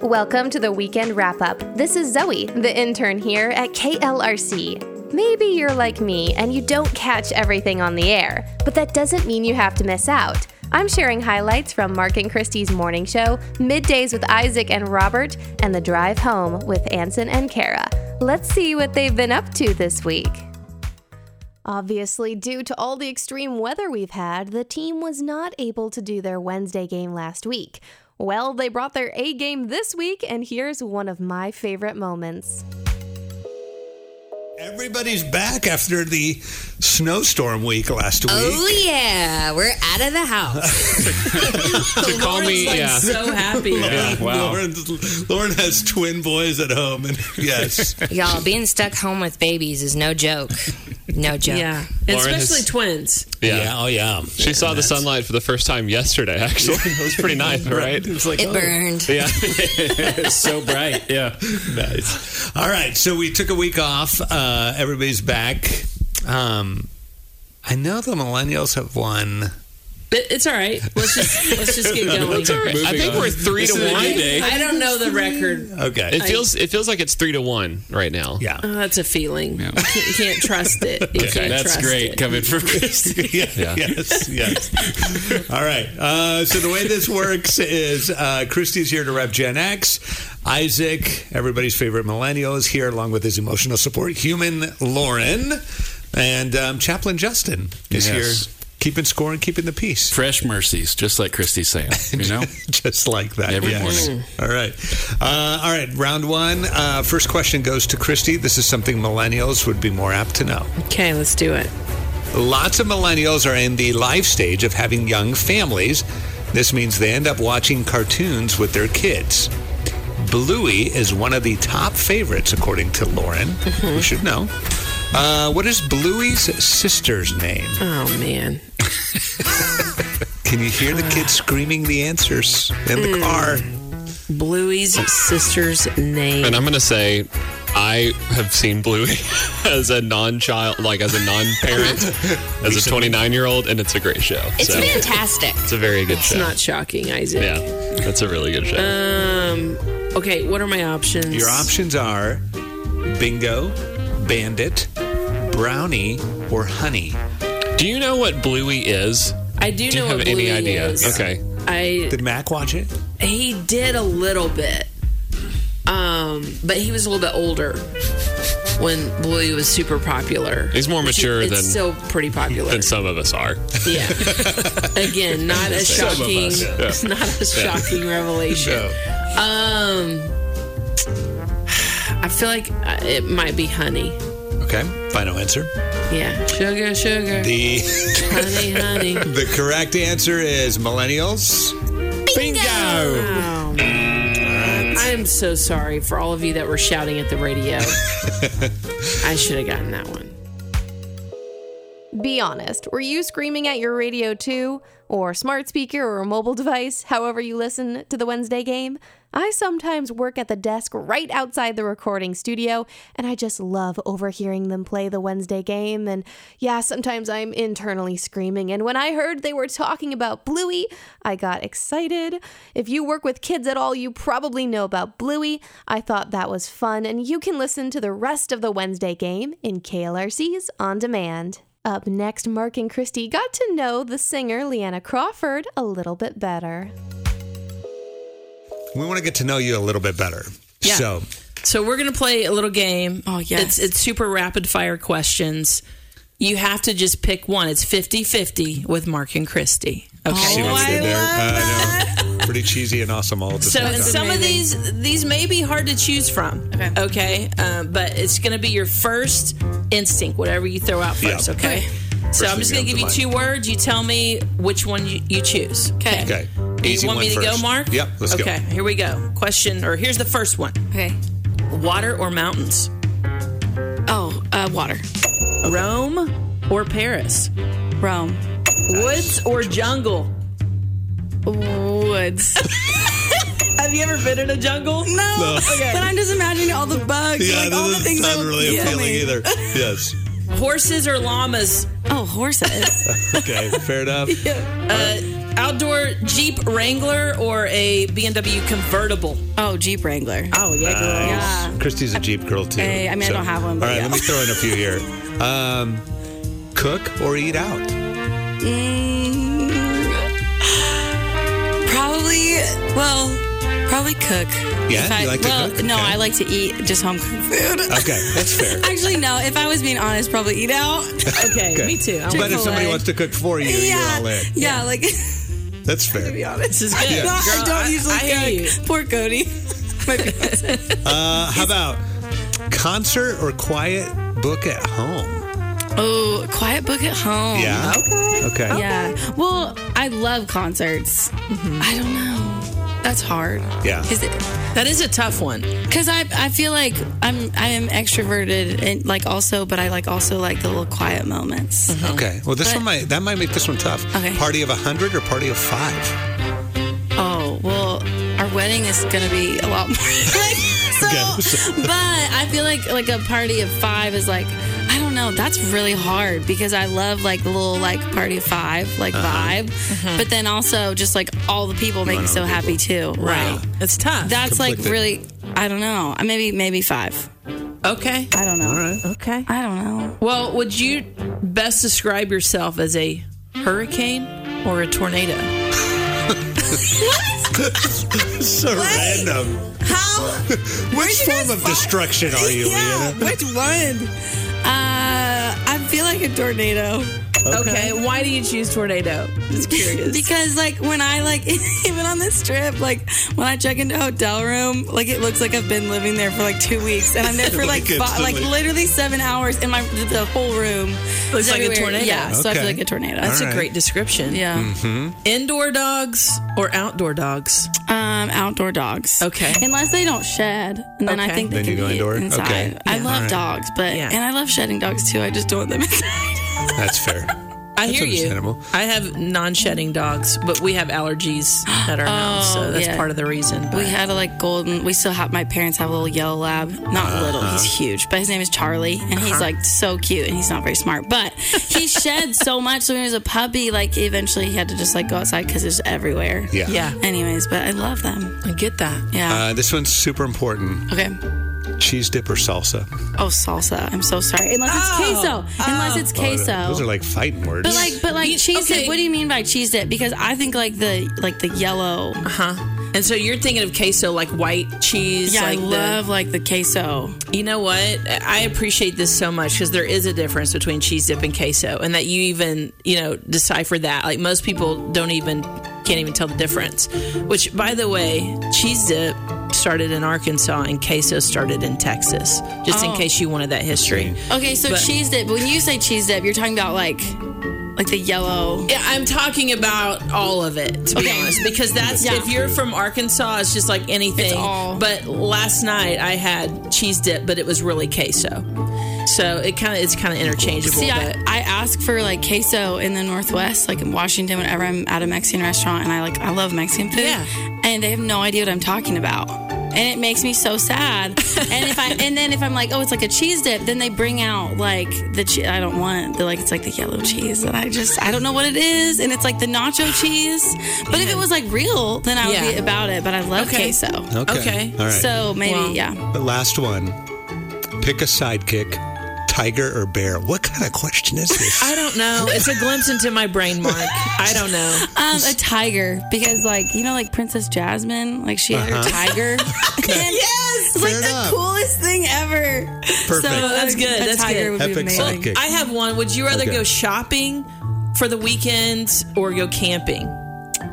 Welcome to the weekend wrap up. This is Zoe, the intern here at KLRC. Maybe you're like me and you don't catch everything on the air, but that doesn't mean you have to miss out. I'm sharing highlights from Mark and Christie's morning show, middays with Isaac and Robert, and the drive home with Anson and Kara. Let's see what they've been up to this week. Obviously, due to all the extreme weather we've had, the team was not able to do their Wednesday game last week. Well, they brought their A game this week, and here's one of my favorite moments. Everybody's back after the snowstorm week last week. Oh yeah, we're out of the house. to call Lauren's, me like, yeah. so happy. Yeah, wow. Lauren, Lauren has twin boys at home, and yes, Y'all being stuck home with babies is no joke. No joke. Yeah, Lauren especially is- twins. Yeah. oh yeah. She saw the sunlight for the first time yesterday, actually. It was pretty nice, right? It's like It burned. Yeah. it's so bright. Yeah. nice. All right, so we took a week off. Uh, everybody's back. Um, I know the millennials have won. But it's all right. Let's just let's just get going. I think we're three to one. I don't know the record. Okay, It feels it feels like it's three to one right now. yeah. Oh, that's a feeling. You, can't, you can't trust it. You can't trust It. coming from Christy. Yeah. Yes, yes. All right. Uh, so the way this works is uh, Christy's here to rep Gen X. Isaac, everybody's favorite millennial, is here along with his emotional support human, Lauren, and um, Chaplain Justin is Yes. here, keeping score and keeping the peace, Fresh mercies, just like Christy's saying, you know? just like that. Every yes. morning. All right. Uh, all right. Round one. Uh, first question goes to Christy. This is something millennials would be more apt to know. Okay, let's do it. Lots of millennials are in the life stage of having young families. This means they end up watching cartoons with their kids. Bluey is one of the top favorites, according to Lauren, who should know. Uh, what is Bluey's sister's name? Oh man, Can you hear the kids screaming the answers in the car? Bluey's sister's name. And I'm gonna say I have seen Bluey as a non-child, like as a non-parent, as a 29-year-old, and it's a great show. It's so fantastic. it's a very good It's show. not shocking, Isaac. yeah, that's a really good show. Um. Okay, what are my options? Your options are Bingo, Bandit, Brownie, or Honey. Do you know what Bluey is? I do, Do you know have what any Bluey idea? is. Okay. I Did Mac watch it? He did a little bit. Um, but he was a little bit older when Bluey was super popular. He's more Which mature it's than- still pretty popular. Than some of us are. yeah. Again, not a Some of shocking us, yeah. not a shocking revelation. Um I feel like uh, it might be honey. Okay, final answer. Yeah. Sugar, sugar. The. honey, honey. The correct answer is millennials. Bingo! Oh, man. I am so sorry for all of you that were shouting at the radio. I should have gotten that one. Be honest, were you screaming at your radio too, or smart speaker, or mobile device, however you listen to the Wednesday game? I sometimes work at the desk right outside the recording studio, and I just love overhearing them play the Wednesday game. And yeah, sometimes I'm internally screaming. And when I heard they were talking about Bluey, I got excited. If you work with kids at all, you probably know about Bluey. I thought that was fun, and you can listen to the rest of the Wednesday game in KLRC's On Demand. Up next, Mark and Christy got to know the singer Leanna Crawford a little bit better. We want to get to know you a little bit better. Yeah. So, So we're gonna play a little game. Oh, It's yes. it's super rapid fire questions. You have to just pick one. It's 50-50 with Mark and Christy. Oh, Okay. see what we did there. Uh, I know. Pretty cheesy and awesome all at the so same and time. some of these these may be hard to choose from. Okay. Okay. Um, but it's gonna be your first instinct, whatever you throw out Yeah. first. Okay. So First I'm just thing that gonna give you comes to two words. You tell me which one you, you choose. Okay. Okay. Do you Easy want one me to go, first. Mark? Yep, let's go. Okay. Here we go. Question or here's the first one: Okay. water or mountains? Oh, uh, water. Rome or Paris? Rome. Woods or jungle? Woods. Have you ever been in a jungle? No. Okay. But I'm just imagining all the bugs. yeah, like, all the that doesn't things that sound would really kill appealing me. either. Yes. Horses or llamas? Oh, horses. Okay, fair enough. Uh, outdoor Jeep Wrangler or a BMW convertible? Oh, Jeep Wrangler. Oh yeah, girl. Christy's a Jeep girl too. Hey, I mean, I don't have one, All but right, yeah. let me throw in a few here. Um, cook or eat out? Mm. Probably, well, probably cook. Yeah, If I- you like to well, cook? No, Okay. I like to eat just home cooked food. Okay, that's fair. Actually, no. If I was being honest, probably eat out. Okay, Okay. me too. But if somebody Chick-fil-A. wants to cook for you, yeah, you're all in. yeah. Like, That's fair. This is good. no, I Girl, don't usually I hear cook. you. Poor Cody. My fiance. Uh, how about concert or quiet book at home? oh, quiet book at home. Yeah. Okay. Okay. Oh, Yeah. Well, I love concerts. I don't know. That's hard. Yeah. Is it? That is a tough one. Cause I I feel like I'm I am extroverted and like also but I like also like the little quiet moments. Okay. Well, this But- one might that might make this one tough. Okay. Party of a hundred or party of five? Oh well, our wedding is gonna be a lot more. like, so, but I feel like like a party of five is like I don't know. That's really hard because I love like the little like party of five like vibe, but then also just like all the people make me so happy too. Right. It's tough. That's like Conflicted. really. I don't know. Uh, Maybe maybe five. okay. I don't know. Okay. I don't know. Well, would you best describe yourself as a hurricane or a tornado? So random. How? Which you form guys of find- destruction are you, yeah. Leanna? Which one? Uh, I feel like a tornado. Okay. Why do you choose tornado? Just curious. Because like when I like even on this trip, like when I check into a hotel room, like it looks like I've been living there for like two weeks, and I'm there for like Like fi- like instantly. literally seven hours, and my the whole room Looks is like a everywhere. tornado. Yeah, so I feel Okay. like a tornado. That's All a right. great description. yeah. Indoor dogs or outdoor dogs? Hmm. Um, outdoor dogs. Okay. Unless they don't shed, and then I Okay. think they Then can you go be indoor? inside. Okay. I Yeah. love Alright. dogs, but Yeah. and I love shedding dogs too. I just don't want them inside. That's fair. I hear you. understandable. I have non-shedding dogs, but we have allergies at our house, so that's Oh, yeah. part of the reason. we but- had a like golden. We still have my parents have a little yellow lab. Not Uh-huh. little. He's huge, but his name is Charlie, and he's like so cute, and he's not very smart, but he sheds so much. So when he was a puppy, like eventually he had to just like go outside because it's everywhere. Yeah. yeah, Anyways, but I love them. I get that. Yeah. Uh, this one's super important. okay. Cheese dip or salsa? Oh, salsa. I'm so sorry. Unless Oh, it's queso. Unless it's queso. Uh, Those are like fighting words. But like, but like You- cheese okay. dip. What do you mean by cheese dip? Because I think like the like the yellow. And so you're thinking of queso like white cheese. yeah, like I the- love like the queso. You know what? I appreciate this so much because there is a difference between cheese dip and queso, and that you even you know decipher that. Like most people don't even can't even tell the difference. Which, by the way, cheese dip started in Arkansas and queso started in Texas. Just Oh. in case you wanted that history. Okay, so But- cheese dip. When you say cheese dip, you're talking about like like the yellow. Yeah, I'm talking about all of it to be Okay. honest, because that's Yeah. if you're from Arkansas, it's just like anything. It's all- But last night I had cheese dip, but it was really queso. So it kind of it's kind of interchangeable. See, I, but I ask for like queso in the Northwest, like in Washington, whenever I'm at a Mexican restaurant, and I like I love Mexican food. Yeah. And they have no idea what I'm talking about, and it makes me so sad. and if I and then if I'm like, oh, it's like a cheese dip, then they bring out like the che- I don't want the like it's like the yellow cheese, and I just I don't know what it is, and it's like the nacho cheese. But if it was like real, then I would Yeah. be about it. But I love Okay. queso, okay. okay. All right. so maybe Well, yeah. the last one. Pick a sidekick, tiger or bear. What kind of question is this? I don't know. It's a glimpse into my brain, Mark. I don't know. Um, a tiger because like you know like Princess Jasmine like she had her tiger. yes, it's Uh-huh. like Fair the enough. coolest thing ever. Perfect. Oh, That's like, good, A that's tiger good. would Epic be amazing. sidekick. I have one. Would you rather Okay. go shopping for the weekend or go camping?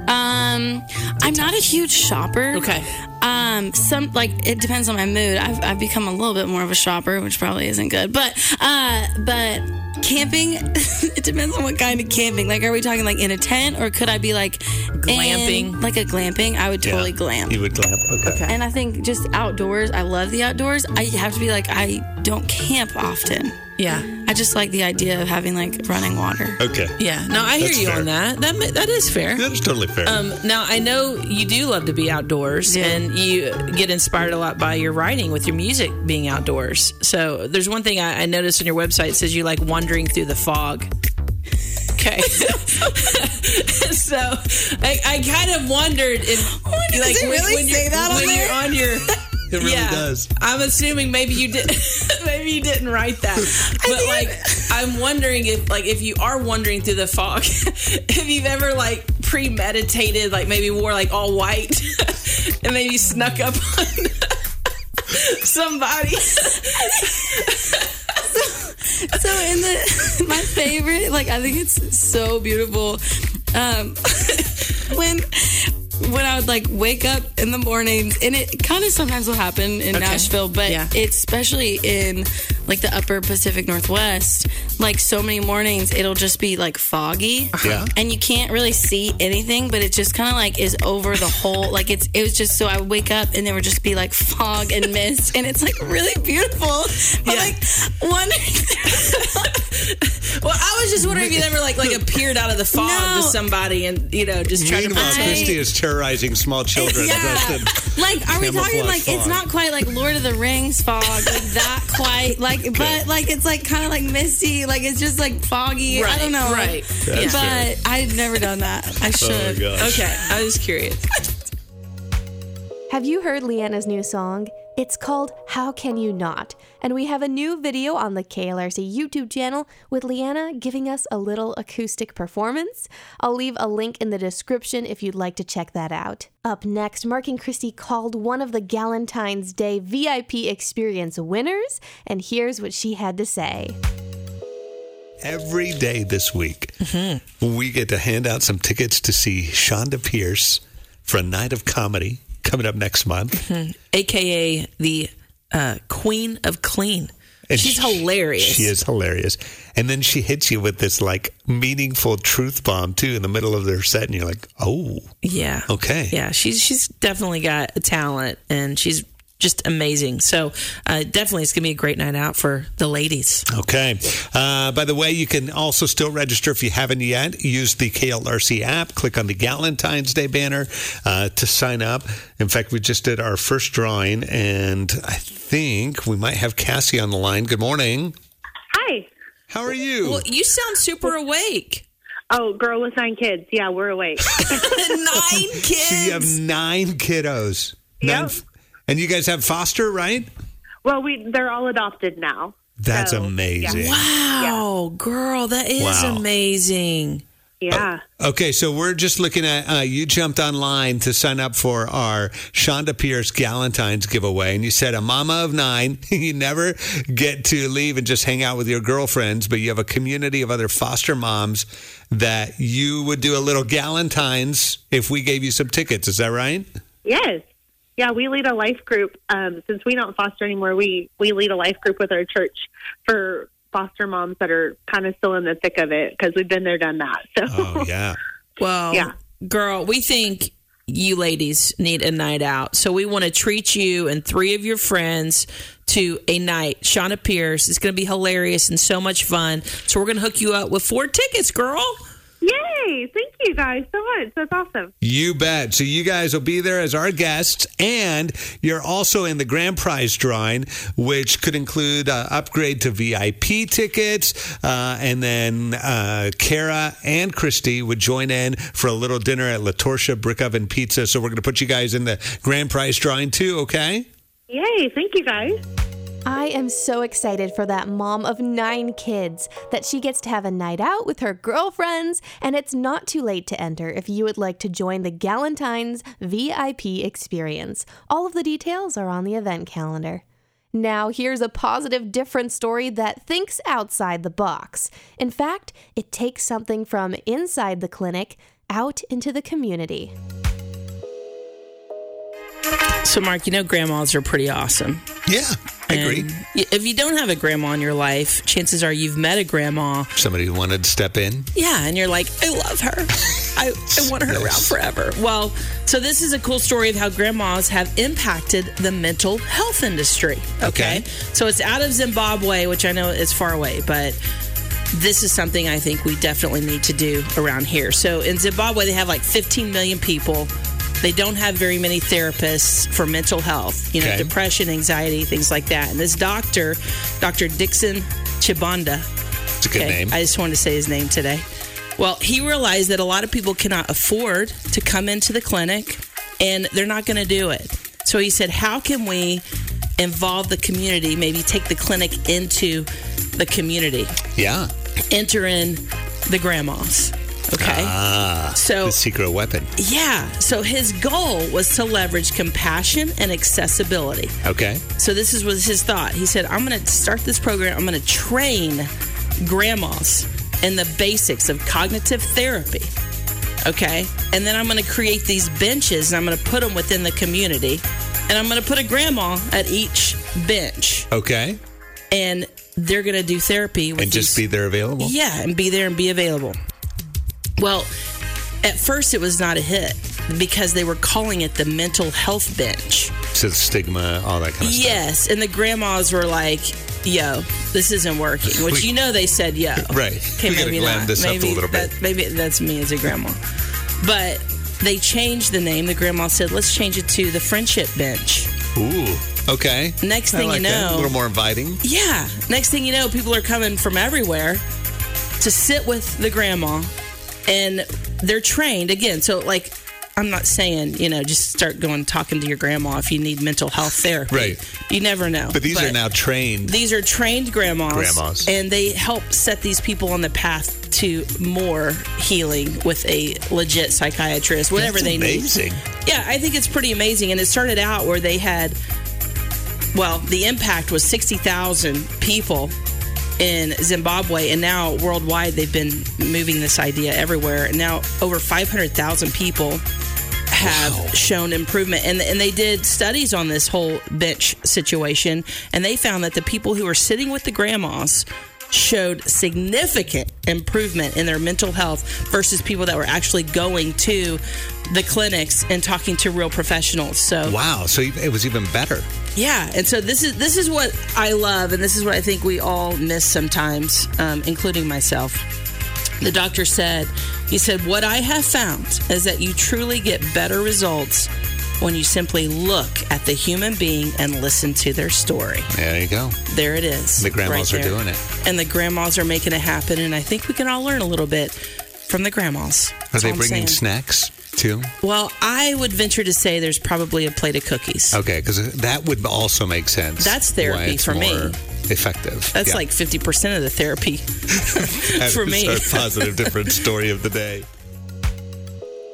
Um, I'm not a huge shopper. Okay. Um, some like it depends on my mood. I've, I've become a little bit more of a shopper, which probably isn't good. But uh, but camping, it depends on what kind of camping. Like, are we talking like in a tent, or could I be like in- Glamping. like a glamping? I would totally glamp. You would glamp. Okay. And I think just outdoors, I love the outdoors. I have to be like, I don't camp often. Yeah. I just like the idea of having like running water. Okay. Yeah. No, I hear That's you fair. on that. That ma- that is fair. That's totally fair. Um, now I know you do love to be outdoors, Yeah. and you get inspired a lot by your writing with your music being outdoors. So there's one thing I, I noticed on your website it says you like wandering through the fog. Okay. so I, I kind of wondered Oh if, like, it really say you're, that on when there? you're on your. It really yeah, does. I'm assuming maybe you did. maybe you didn't write that, but like, I'm wondering if, like, if you are wandering through the fog, if you've ever like premeditated, like maybe wore like all white, and maybe snuck up on somebody. So in the my favorite, like I think it's so beautiful. Um, when when I would like wake up in the mornings, and it kind of sometimes will happen in Nashville, but Yeah. it's especially in like the Upper Pacific Northwest. Like so many mornings, it'll just be like foggy, Yeah. and you can't really see anything. But it just kind of like is over the whole. Like it's it was just so I would wake up and there would just be like fog and mist, and it's like really beautiful. But like one. Well, I was just wondering if you'd ever like like appeared out of the fog No. to somebody and you know just trying to Meanwhile, pretend. Christy is terrorizing small children. dressed in- Like, are we talking Camouflage like it's fog. not quite like Lord of the Rings fog, like that quite, like, but like it's like kind of like misty, like it's just like foggy. I Right, don't know. right. But I've never done that. Oh, I should. Okay, I was curious. Have you heard Leanna's new song? It's called How Can You Not? And we have a new video on the KLRC YouTube channel with Leanna giving us a little acoustic performance. I'll leave a link in the description if you'd like to check that out. Up next, Mark and Christy called one of the Galentine's Day VIP experience winners, and here's what she had to say. Every day this week, Mm-hmm. we get to hand out some tickets to see Shonda Pierce for a night of comedy coming up next month. AKA the uh, Queen of Clean. And She's she- hilarious. She is hilarious. And then she hits you with this like meaningful truth bomb too in the middle of their set, and you're like, oh, Yeah. Okay. Yeah, she's she's definitely got a talent and she's just amazing. So uh, definitely, it's gonna be a great night out for the ladies. Okay. Uh, by the way, you can also still register if you haven't yet. Use the KLRC app. Click on the Galentine's Day banner uh, to sign up. In fact, we just did our first drawing, and I think we might have Cassie on the line. Good morning. Hi. How are you? Well, you sound super awake. Oh, girl with nine kids. Yeah, we're awake. Nine kids. so you have nine kiddos. Nine Yep. f- and you guys have foster, right? well, we they're all adopted now. That's So, yeah. amazing. Wow, Oh, girl, that is Wow. amazing. Yeah. Oh. Okay, so we're just looking at uh, you jumped online to sign up for our Shonda Pierce Galentine's giveaway, and you said a mama of nine, you never get to leave and just hang out with your girlfriends, but you have a community of other foster moms that you would do a little Galentine's if we gave you some tickets. Is that right? Yes. Yeah, we lead a life group. Um, since we don't foster anymore, we we lead a life group with our church for foster moms that are kind of still in the thick of it because we've been there, done that. So Uh. Oh yeah, Well, Yeah. girl, we think you ladies need a night out. So we want to treat you and three of your friends to a night. Shauna Pierce. It's going to be hilarious and so much fun. So we're going to hook you up with four tickets, girl. yay! Thank you guys so much. That's awesome. you bet. So you guys will be there as our guests, and you're also in the grand prize drawing, which could include uh, upgrade to VIP tickets, uh, and then uh, Kara and Christy would join in for a little dinner at La Torcia Brick Oven Pizza. So we're going to put you guys in the grand prize drawing too. Okay. Yay! Thank you guys. I am so excited for that mom of nine kids that she gets to have a night out with her girlfriends, and it's not too late to enter if you would like to join the Galentine's VIP experience. All of the details are on the event calendar. Now, here's a positive, different story that thinks outside the box. In fact, it takes something from inside the clinic out into the community. So, Mark, you know grandmas are pretty awesome. Yeah, I agree. And y- If you don't have a grandma in your life, chances are you've met a grandma. Somebody who wanted to step in. Yeah, and you're like, I love her. I, I want her around forever. Well, so this is a cool story of how grandmas have impacted the mental health industry. Okay. Okay. So it's out of Zimbabwe, which I know is far away, but this is something I think we definitely need to do around here. So in Zimbabwe, they have like 15 million people. They don't have very many therapists for mental health, you know, Okay. depression, anxiety, things like that. And this doctor, Dr. Dixon Chibanda, It's a good Okay, name. I just wanted to say his name today. Well, he realized that a lot of people cannot afford to come into the clinic and they're not going to do it. So he said, How can we involve the community, maybe take the clinic into the community? Yeah. Enter in the grandmas. Okay. Ah. So- the secret weapon. Yeah. So his goal was to leverage compassion and accessibility. Okay. So this is was his thought. He said, "I'm going to start this program. I'm going to train grandmas in the basics of cognitive therapy." Okay? And then I'm going to create these benches and I'm going to put them within the community. And I'm going to put a grandma at each bench Okay. and they're going to do therapy with And just these- be there available. yeah, and be there and be available. Well, at first it was not a hit because they were calling it the mental health bench. So stigma, all that kind of Yes, and the grandmas were like, "Yo, this isn't working," which We- you know they said, "Yo, Right. Okay, We gotta maybe glam not. this up a maybe little bit. That, maybe that's me as a grandma, but they changed the name. The grandma said, "Let's change it to the friendship bench." stuff. Ooh. Okay. Next I thing like you that. know, a little more inviting. yeah. Next thing you know, people are coming from everywhere to sit with the grandma and they're trained again. So, like, I'm not saying, you know, just start going talking to your grandma if you need mental health therapy. Right. You never know. But these are now trained. These are trained grandmas. Grandmas. And they help set these people on the path to more healing with a legit psychiatrist, whatever That's they need. amazing. Yeah, I think it's pretty amazing. And it started out where they had, well, the impact was 60,000 people in Zimbabwe. And now worldwide, they've been moving this idea everywhere. And now over 500,000 people have shown improvement. And, and they did studies on this whole bench situation. And they found that the people who were sitting with the grandmas showed significant improvement in their mental health versus people that were actually going to the clinics and talking to real professionals. So Wow. So it was even better. yeah, and so this is this is what I love, and this is what I think we all miss sometimes, um, including myself. The doctor said, he said, what I have found is that you truly get better results when you simply look at the human being and listen to their story. There you go. There it is. The grandmas right are there. doing it. and the grandmas are making it happen, and I think we can all learn a little bit from the grandmas. Are That's they all I'm bringing saying. snacks too? Well, I would venture to say there's probably a plate of cookies. Okay, because that would also make sense. That's therapy why it's for me. more Effective. That's Yeah. like 50% of the therapy That for is me. Our positive different story of the day.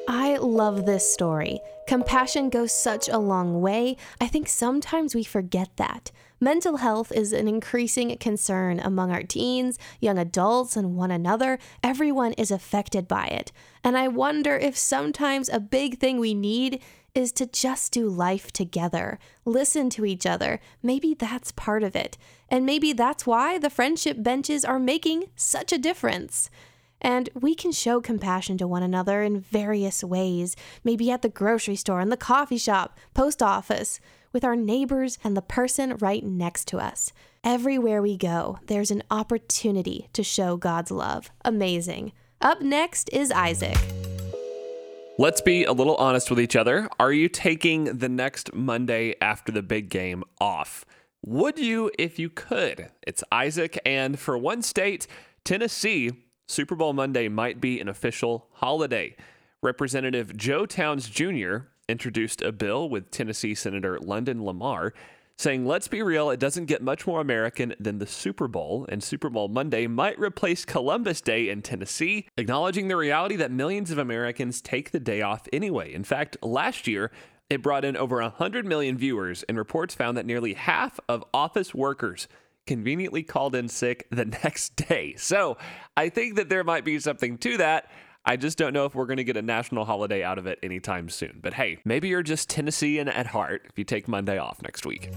I love this story. Compassion goes such a long way. I think sometimes we forget that. Mental health is an increasing concern among our teens, young adults, and one another. Everyone is affected by it. And I wonder if sometimes a big thing we need is to just do life together, listen to each other. Maybe that's part of it. And maybe that's why the friendship benches are making such a difference. And we can show compassion to one another in various ways, maybe at the grocery store, in the coffee shop, post office, with our neighbors and the person right next to us. Everywhere we go, there's an opportunity to show God's love. Amazing. Up next is Isaac. Let's be a little honest with each other. Are you taking the next Monday after the big game off? Would you if you could? It's Isaac, and for one state, Tennessee, Super Bowl Monday might be an official holiday. Representative Joe Towns Jr. introduced a bill with Tennessee Senator London Lamar saying, let's be real, it doesn't get much more American than the Super Bowl, and Super Bowl Monday might replace Columbus Day in Tennessee, acknowledging the reality that millions of Americans take the day off anyway. In fact, last year, it brought in over 100 million viewers, and reports found that nearly half of office workers conveniently called in sick the next day. So I think that there might be something to that. I just don't know if we're going to get a national holiday out of it anytime soon. But hey, maybe you're just Tennessean at heart if you take Monday off next week.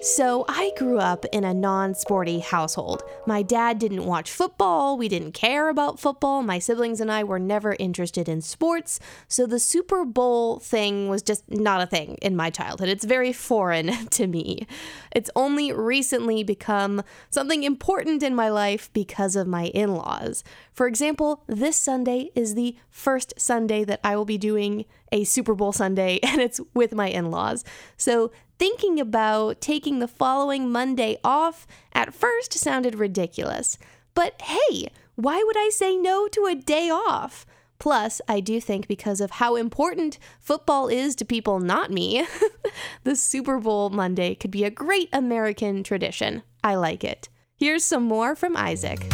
So, I grew up in a non sporty household. My dad didn't watch football, we didn't care about football, my siblings and I were never interested in sports, so the Super Bowl thing was just not a thing in my childhood. It's very foreign to me. It's only recently become something important in my life because of my in laws. For example, this Sunday is the first Sunday that I will be doing a Super Bowl Sunday, and it's with my in laws. So, thinking about taking the following Monday off at first sounded ridiculous. But hey, Why would I say no to a day off? Plus, I do think because of how important football is to people not me, the Super Bowl Monday could be a great American tradition. I like it. Here's some more from Isaac.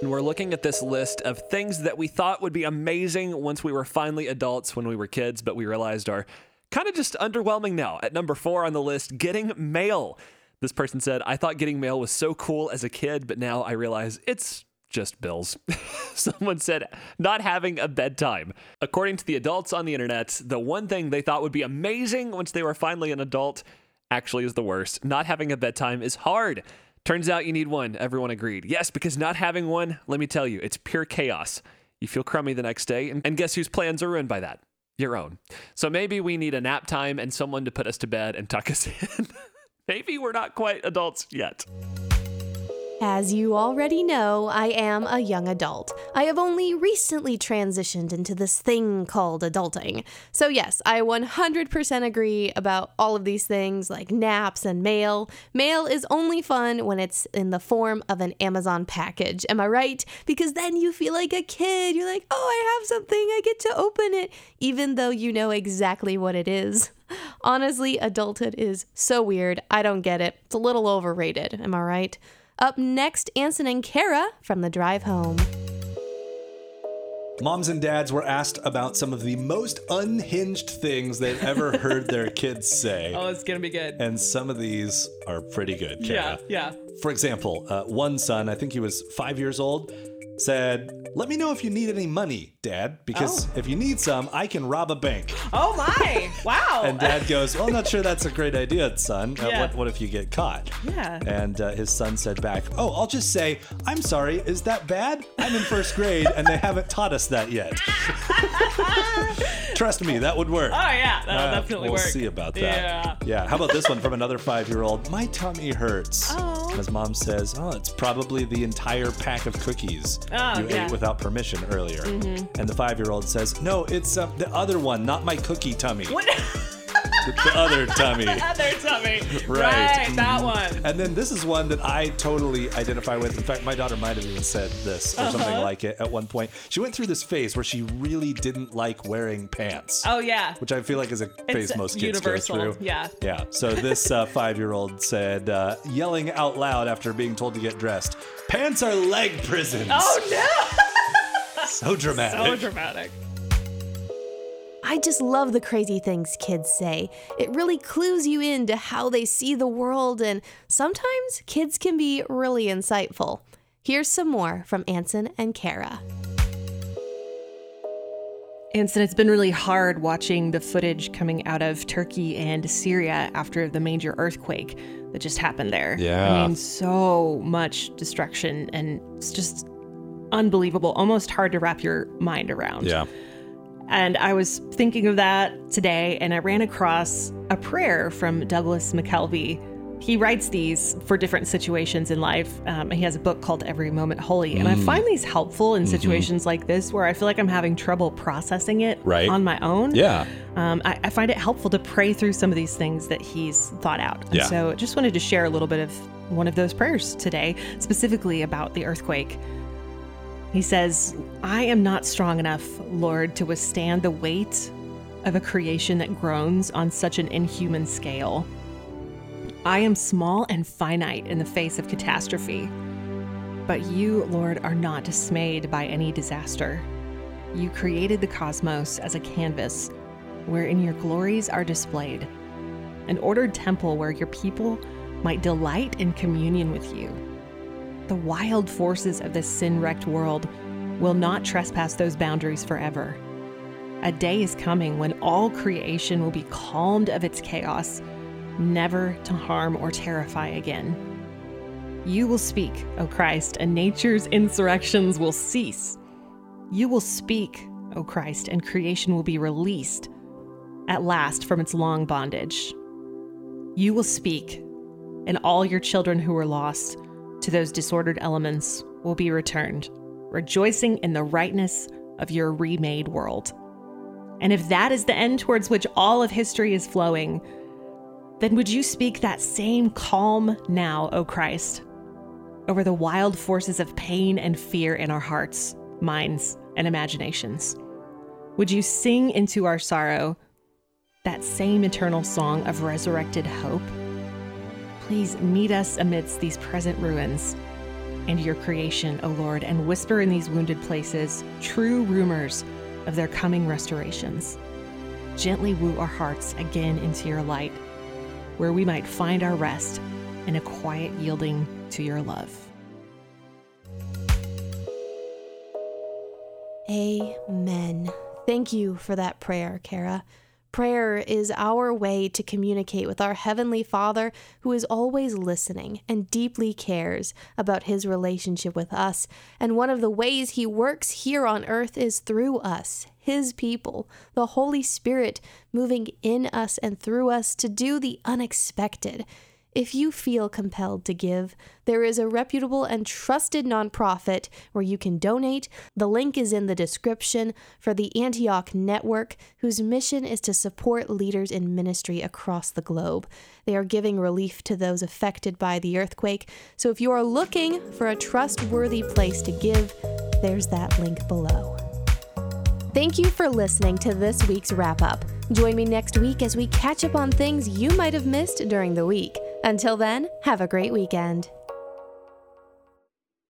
And we're looking at this list of things that we thought would be amazing once we were finally adults when we were kids, but we realized are kind of just underwhelming now. At number four on the list, getting mail. This person said, I thought getting mail was so cool as a kid, but now I realize it's just bills. Someone said, not having a bedtime. According to the adults on the internet, the one thing they thought would be amazing once they were finally an adult actually is the worst. Not having a bedtime is hard. Turns out you need one. Everyone agreed. Yes, because not having one, let me tell you, it's pure chaos. You feel crummy the next day, and, and guess whose plans are ruined by that? Your own. So maybe we need a nap time and someone to put us to bed and tuck us in. maybe we're not quite adults yet. As you already know, I am a young adult. I have only recently transitioned into this thing called adulting. So, yes, I 100% agree about all of these things like naps and mail. Mail is only fun when it's in the form of an Amazon package. Am I right? Because then you feel like a kid. You're like, oh, I have something. I get to open it, even though you know exactly what it is. Honestly, adulthood is so weird. I don't get it. It's a little overrated. Am I right? Up next, Anson and Kara from the drive home. Moms and dads were asked about some of the most unhinged things they've ever heard their kids say. Oh, it's gonna be good. And some of these are pretty good, Kara. Yeah, yeah. For example, uh, one son, I think he was five years old, said, Let me know if you need any money, Dad, because Oh. if you need some, I can rob a bank. Oh my! Wow. And dad goes, Well, I'm not sure that's a great idea, son. Uh, Yeah. what, what if you get caught? Yeah. And uh, his son said back, Oh, I'll just say, I'm sorry, is that bad? I'm in first grade and they haven't taught us that yet. Trust me, that would work. Uh, Oh, yeah, that'll definitely we'll work. see about that. Yeah. How about this one from another five year old? My tummy hurts. Oh. His mom says, Oh, it's probably the entire pack of cookies Oh, you yeah. ate without permission earlier. Mhm. And the five year old says, No, it's uh, the other one, not my cookie tummy. What? The, the other tummy. The other tummy. Right. Mm-hmm. That one. And then this is one that I totally identify with. In fact, my daughter might have even said this or something Uh-huh. like it at one point. She went through this phase where she really didn't like wearing pants. Oh yeah. Which I feel like is a phase most kids universal. go through. Yeah. Yeah. So this uh, five-year-old said, uh, yelling out loud after being told to get dressed, "Pants are leg prisons." Oh no. So dramatic. So dramatic. I just love the crazy things kids say. It really clues you in to how they see the world, and sometimes kids can be really insightful. Here's some more from Anson and Kara. Anson, it's been really hard watching the footage coming out of Turkey and Syria after the major earthquake that just happened there. Yeah. I mean, so much destruction, and it's just unbelievable, almost hard to wrap your mind around. Yeah. And I was thinking of that today, and I ran across a prayer from Douglas McKelvey. He writes these for different situations in life. Um, and he has a book called Every Moment Holy. And I Mm. find these helpful in Mhm. situations like this where I feel like I'm having trouble processing it Right. on my own. Yeah. Um, I, I find it helpful to pray through some of these things that he's thought out. And Yeah. so I just wanted to share a little bit of one of those prayers today, specifically about the earthquake. He says, I am not strong enough, Lord, to withstand the weight of a creation that groans on such an inhuman scale. I am small and finite in the face of catastrophe. But you, Lord, are not dismayed by any disaster. You created the cosmos as a canvas wherein your glories are displayed, an ordered temple where your people might delight in communion with you. The wild forces of this sin wrecked world will not trespass those boundaries forever. A day is coming when all creation will be calmed of its chaos, never to harm or terrify again. You will speak, O Christ, and nature's insurrections will cease. You will speak, O Christ, and creation will be released at last from its long bondage. You will speak, and all your children who were lost to those disordered elements will be returned, rejoicing in the rightness of your remade world. And if that is the end towards which all of history is flowing, then would you speak that same calm now, O Christ? over the wild forces of pain and fear in our hearts, minds, and imaginations. Would you sing into our sorrow that same eternal song of resurrected hope? Please meet us amidst these present ruins and your creation, O Lord, and whisper in these wounded places true rumors of their coming restorations. Gently woo our hearts again into your light, where we might find our rest in a quiet yielding to your love. Amen. Thank you for that prayer, Kara. Prayer is our way to communicate with our Heavenly Father, who is always listening and deeply cares about his relationship with us. And one of the ways he works here on earth is through us, his people, the Holy Spirit moving in us and through us to do the unexpected. If you feel compelled to give, there is a reputable and trusted nonprofit where you can donate. The link is in the description for the Antioch Network, whose mission is to support leaders in ministry across the globe. They are giving relief to those affected by the earthquake. So if you are looking for a trustworthy place to give, there's that link below. Thank you for listening to this week's wrap up. Join me next week as we catch up on things you might have missed during the week. Until then, have a great weekend.